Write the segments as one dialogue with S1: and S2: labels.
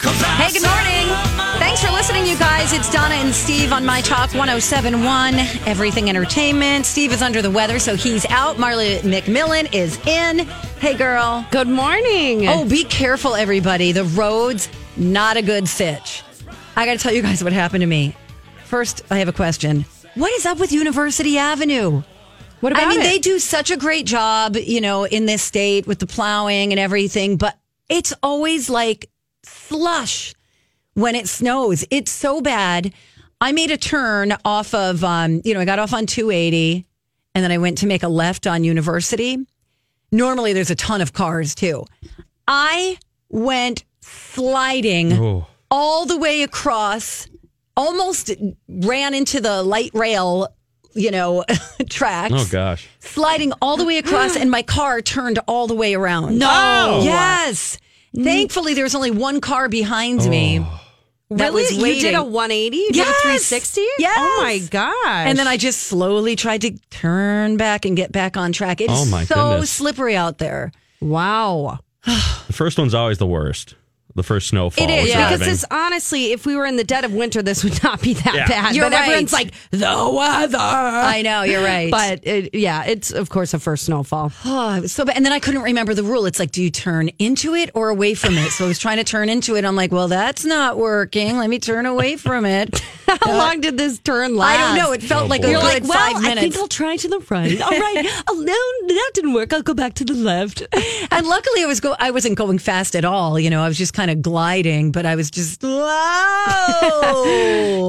S1: Hey, good morning. Thanks for listening, you guys. It's Donna and Steve on My Talk 1071, Everything Entertainment. Steve is under the weather, so he's out. Marla McMillan is in. Hey, girl.
S2: Good morning.
S1: Oh, be careful, everybody. The road's not a good sitch. I got to tell you guys what happened to me. First, I have a question. What is up with University Avenue?
S2: what about
S1: I mean,
S2: it?
S1: they do such a great job, you know, in this state with the plowing and everything, but it's always like slush when it snows. It's so bad. I made a turn off of, um, you know, I got off on 280 and then I went to make a left on University. Normally there's a ton of cars too. I went sliding
S3: Oh.
S1: all the way across, almost ran into the light rail, you know, tracks
S3: Oh gosh.
S1: sliding all the way across, and my car turned all the way around. No.
S3: Oh.
S1: Yes. Thankfully, there was only one car behind me.
S3: Oh.
S1: That
S2: really?
S1: was
S2: You did
S1: waiting.
S2: a 180? You did a
S1: Yes.
S2: 360?
S1: Yes.
S2: Oh my gosh.
S1: And then I just slowly tried to turn back and get back on track. It's
S3: Oh, my
S1: so
S3: goodness.
S1: slippery out there.
S2: Wow.
S3: The first one's always the worst. The first snowfall.
S1: It is,
S3: with
S1: yeah.
S2: Because
S3: driving.
S2: this, honestly, if we were in the dead of winter, this would not be that
S3: Yeah.
S2: bad.
S1: You're
S2: but everyone's
S1: right.
S2: like, the weather.
S1: I know you're right,
S2: But it, yeah, it's of course a first snowfall.
S1: oh, it was so bad. And then I couldn't remember the rule. It's like, do you turn into it or away from it? So I was trying to turn into it. I'm like, well, that's not working. Let me turn away from it.
S2: How long did this turn
S1: I
S2: last?
S1: don't know. It felt
S3: Oh,
S1: like a good
S3: boy. You're
S2: like, well,
S1: five
S2: I
S1: minutes.
S2: think I'll try to the right. All right. Oh, no, that didn't work. I'll go back to the left.
S1: And luckily, I was go. I wasn't going fast at all. You know, I was just kind of gliding, but I was just whoa.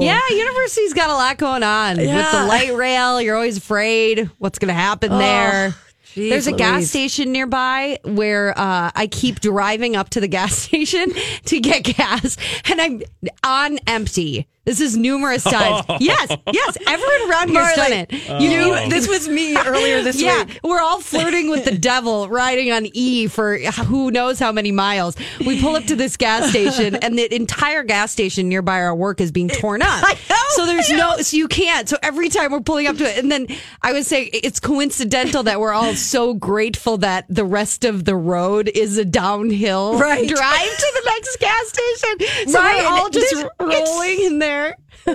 S2: Yeah, university's got a lot going on with
S1: Yeah.
S2: the light rail. You're always afraid what's going to happen there.
S1: geez,
S2: There's a gas
S1: Louise.
S2: station nearby where uh, I keep driving up to the gas station to get gas, and I'm on empty. This is numerous times. yes, yes, everyone around here's done
S1: Marley,
S2: it. You,
S1: this was me earlier this
S2: yeah,
S1: week.
S2: we're all flirting with the devil, riding on E for who knows how many miles. We pull up to this gas station, and the entire gas station nearby our work is being torn up.
S1: know,
S2: so there's no, so you can't. So every time we're pulling up to it, and then I would say it's coincidental that we're all so grateful that the rest of the road is a downhill
S1: Right.
S2: drive to the next gas station. So
S1: Right,
S2: we're all just
S1: this- it's-
S2: rolling in there.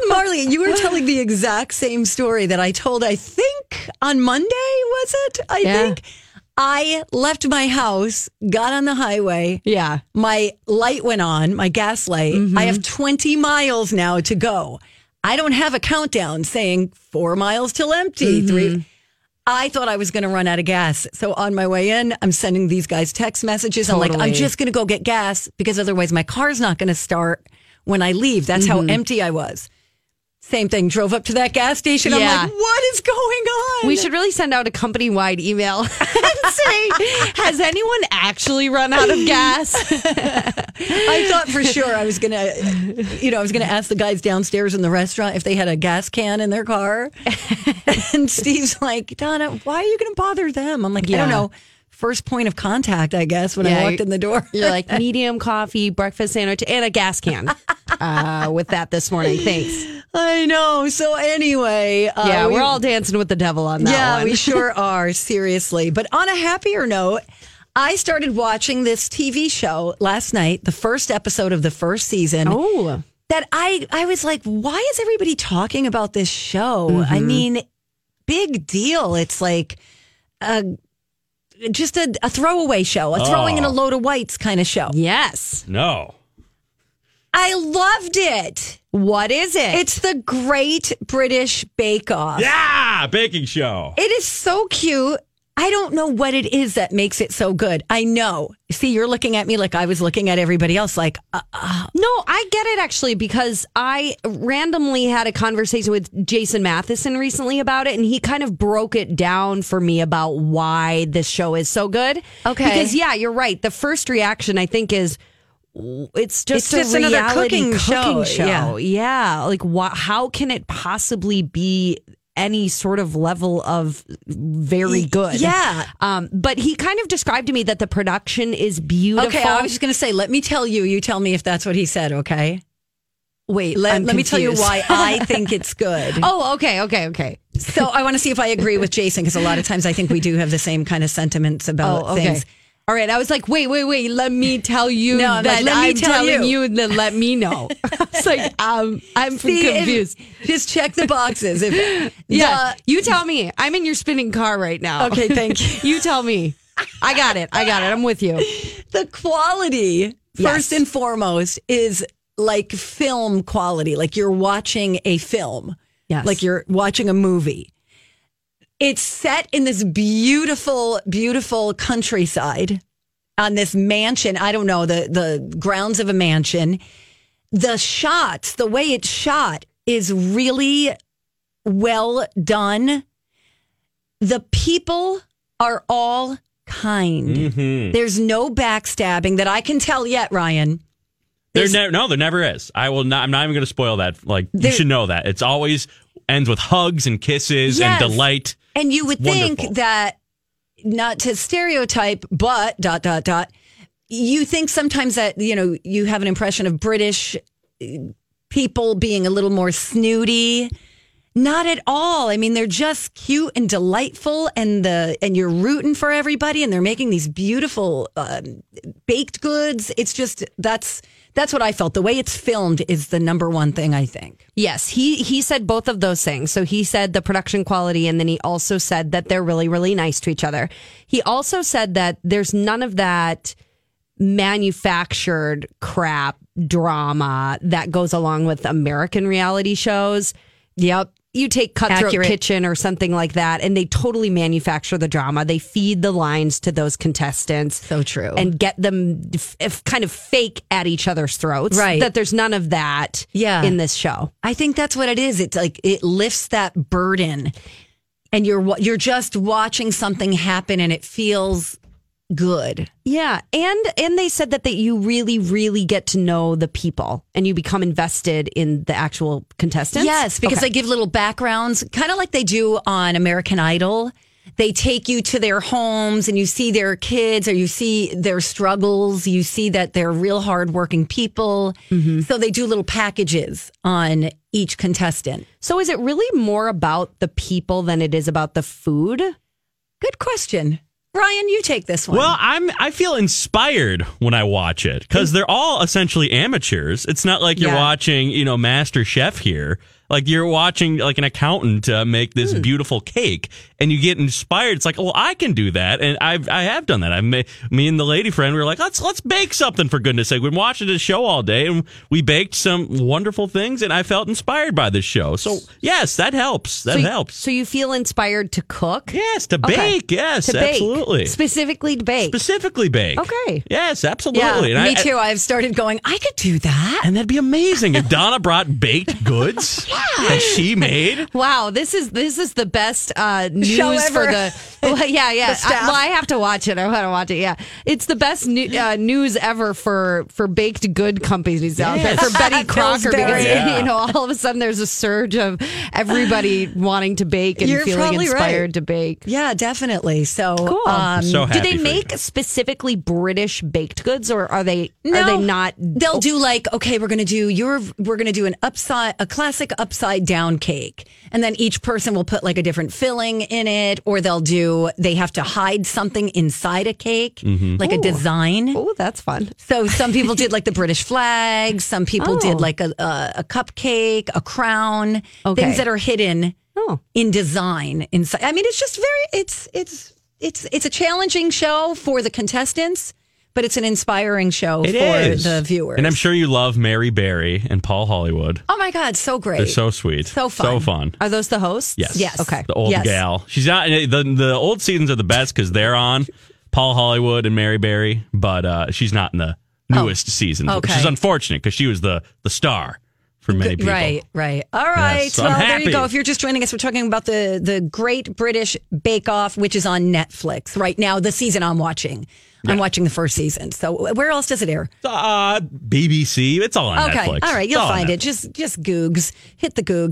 S1: Marley, you were telling the exact same story that I told. I think on Monday was it? I
S2: Yeah.
S1: think I left my house, got on the highway.
S2: Yeah.
S1: My light went on, my gas light.
S2: Mm-hmm.
S1: I have 20 miles now to go. I don't have a countdown saying four miles till empty.
S2: Mm-hmm.
S1: Three. I thought I was going to run out of gas. So on my way in, I'm sending these guys text messages. I'm like, I'm
S2: Totally.
S1: just going to go get gas because otherwise my car's not going to start when I leave. That's
S2: Mm-hmm.
S1: how empty I was. Same thing. Drove up to that gas station.
S2: Yeah.
S1: I'm like, what is going on?
S2: We should really send out a company wide email and say, has anyone actually run out of gas?
S1: I thought for sure I was gonna, you know, I was gonna ask the guys downstairs in the restaurant if they had a gas can in their car. And Steve's like, Donna, why are you gonna bother them? I'm like, I
S2: Yeah.
S1: don't know. First point of contact, I guess, when I
S2: Yeah,
S1: walked in the door.
S2: You're like, medium coffee, breakfast sandwich, and a gas can uh, with that this morning. Thanks.
S1: I know. So anyway, uh,
S2: Yeah,
S1: we-
S2: we're all dancing with the devil on that
S1: yeah,
S2: one.
S1: we sure are. Seriously, but on a happier note. I started watching this TV show last night, the first episode of the first season.
S2: oh,
S1: that I I was like, why is everybody talking about this show? I
S3: Mm-hmm.
S1: mean, big deal. It's like a just a, a throwaway show, a throwing in a
S3: Oh.
S1: load of whites kind of show.
S2: yes.
S3: no.
S1: I loved it.
S2: What is it?
S1: It's the Great British Bake Off.
S3: Yeah, Ah, baking show.
S1: It is so cute. I don't know what it is that makes it so good. I know. See, you're looking at me like I was looking at everybody else. Like, uh,
S2: No, I get it actually because I randomly had a conversation with Jason Matheson recently about it, and he kind of broke it down for me about why this show is so good.
S1: Okay.
S2: because yeah, you're right. The first reaction I think is w- it's just,
S1: It's just
S2: a
S1: another
S2: reality
S1: cooking show,
S2: show. Yeah, like wha- how can it possibly be? Any sort of level of very good.
S1: yeah.
S2: Um, but he kind of described to me that the production is beautiful.
S1: okay, I was just going to say, let me tell you. You tell me if that's what he said, okay?
S2: Wait,
S1: Let,
S2: I'm
S1: let me tell you
S2: confused.
S1: why I think it's good.
S2: Oh, okay, okay, okay.
S1: So I want to see if I agree with Jason because a lot of times I think we do have the same kind of sentiments about
S2: Oh, okay.
S1: things.
S2: All right. I was like, wait, wait, wait. Let me tell you
S1: No, I'm
S2: that
S1: like, let me
S2: I'm
S1: tell
S2: telling
S1: you.
S2: you. that let me know. it's like, um, I'm
S1: See, if-
S2: confused.
S1: just check the boxes. If,
S2: yeah.
S1: the-
S2: you tell me. I'm in your spinning car right now.
S1: Okay, thank you.
S2: you tell me. I got it. I got it. I'm with you.
S1: the quality
S2: Yes.
S1: first and foremost is like film quality like you're watching a film
S2: Yes.
S1: like you're watching a movie it's set in this beautiful beautiful countryside on this mansion i don't know the the grounds of a mansion the shots the way it's shot is really well done the people are all kind there's no backstabbing that I can tell yet, Ryan.
S3: There
S1: There's-
S3: ne- no, there never is. I will not. I'm not even going to spoil that. Like
S1: There-
S3: you should know that it's always ends with hugs and kisses
S1: Yes.
S3: and delight.
S1: And you would think
S3: wonderful.
S1: that, not to stereotype, but dot, dot, dot, you think sometimes that, you know, you have an impression of British uh, people being a little more snooty. Not at all. I mean, they're just cute and delightful, and the and you're rooting for everybody, and they're making these beautiful um, baked goods. It's just that's that's what I felt. The way it's filmed is the number one thing I think.
S2: Yes, he he said both of those things. So he said the production quality and then he also said that they're really really nice to each other. He also said that there's none of that manufactured crap drama that goes along with American reality shows. Yep. You take Cutthroat
S1: Accurate.
S2: Kitchen or something like that, and they totally manufacture the drama. They feed the lines to those contestants
S1: So true.
S2: and get them f- f- kind of fake at each other's throats.
S1: Right.
S2: That there's none of that
S1: Yeah.
S2: in this show.
S1: I think that's what it is. It's like it lifts that burden, and you're wa- you're just watching something happen, and it feels good.
S2: Yeah, and and they said that that you really really get to know the people and you become invested in the actual contestants.
S1: Yes, because
S2: Okay.
S1: they give little backgrounds, kind of like they do on American Idol. They take you to their homes and you see their kids or you see their struggles. You see that they're real hardworking people. So they do little packages on each contestant.
S2: so is it really more about the people than it is about the food?
S1: Good question. Ryan, you take this one.
S3: Well, I'm I feel inspired when I watch it because they're all essentially amateurs. It's not like you're
S2: Yeah.
S3: watching, you know, Master Chef here. Like you're watching like an accountant uh, make this
S2: Hmm.
S3: beautiful cake, and you get inspired. It's like, well, I can do that, and I've I have done that. I ma- me and the lady friend we were like, let's let's bake something for goodness sake. We've been watching this show all day, and we baked some wonderful things, and I felt inspired by this show. So yes, that helps. That
S2: so you,
S3: helps.
S2: So you feel inspired to cook?
S3: yes, to
S2: Okay.
S3: bake. Yes,
S2: to bake.
S3: absolutely
S2: Specifically to bake.
S3: specifically bake.
S2: Okay.
S3: Yes,
S1: yeah,
S3: absolutely.
S1: me
S3: and I,
S1: too. I've started going, I could do that.
S3: And that'd be amazing if Donna brought baked goods that she made.
S2: Wow, this is this is the best uh, news
S1: Show
S2: for
S1: ever.
S2: the. Well, yeah, yeah. I,
S1: staff.
S2: well, I have to watch it. I want to watch it. Yeah, it's the best new, uh, news ever for for baked good companies out there
S3: Yes.
S2: for Betty Crocker because
S1: Pillsbury.
S3: Yeah.
S2: you know all of a sudden there's a surge of everybody wanting to bake and
S1: You're
S2: feeling
S1: probably
S2: inspired
S1: right.
S2: to bake.
S1: Yeah, definitely. So
S2: Cool.
S1: um,
S3: So happy
S2: do they
S3: for
S2: make
S3: you.
S2: specifically British baked goods, or are they are they not? oh
S1: They'll do like, okay, we're gonna do your we're gonna do an upside a classic upside down cake. And then each person will put like a different filling in it, or they'll do they have to hide something inside a cake,
S2: Mm-hmm.
S1: like a design.
S2: Oh, that's fun.
S1: So some people did like the British flag, some people
S2: Oh.
S1: did like a, a a cupcake, a crown,
S2: Okay.
S1: things that are hidden
S2: Oh.
S1: in design inside. I mean, it's just very it's it's it's it's a challenging show for the contestants, but it's an inspiring show
S3: It
S1: for
S3: is
S1: the viewers.
S3: And I'm sure you love Mary Berry and Paul Hollywood.
S1: oh my god, so great.
S3: They're so sweet.
S1: So fun.
S3: So fun.
S2: Are those the hosts?
S3: Yes.
S1: Yes.
S2: Okay.
S3: The old
S1: Yes.
S3: gal. She's not the the old seasons are the best because they're on Paul Hollywood and Mary Berry, but uh, she's not in the newest seasons, which is
S1: Oh. okay.
S3: unfortunate because she was the the star for many people.
S1: Right, right. All right.
S3: Yes, I'm
S1: well, there
S3: happy.
S1: you go. If you're just joining us, we're talking about the the Great British Bake Off, which is on Netflix right now. The season I'm watching, I'm watching the first season. So where else does it air?
S3: Uh, BBC. It's all on
S1: Okay,
S3: Netflix.
S1: all right.
S3: It's
S1: You'll
S3: all on
S1: find
S3: Netflix.
S1: it. Just just Googs. Hit the Googs.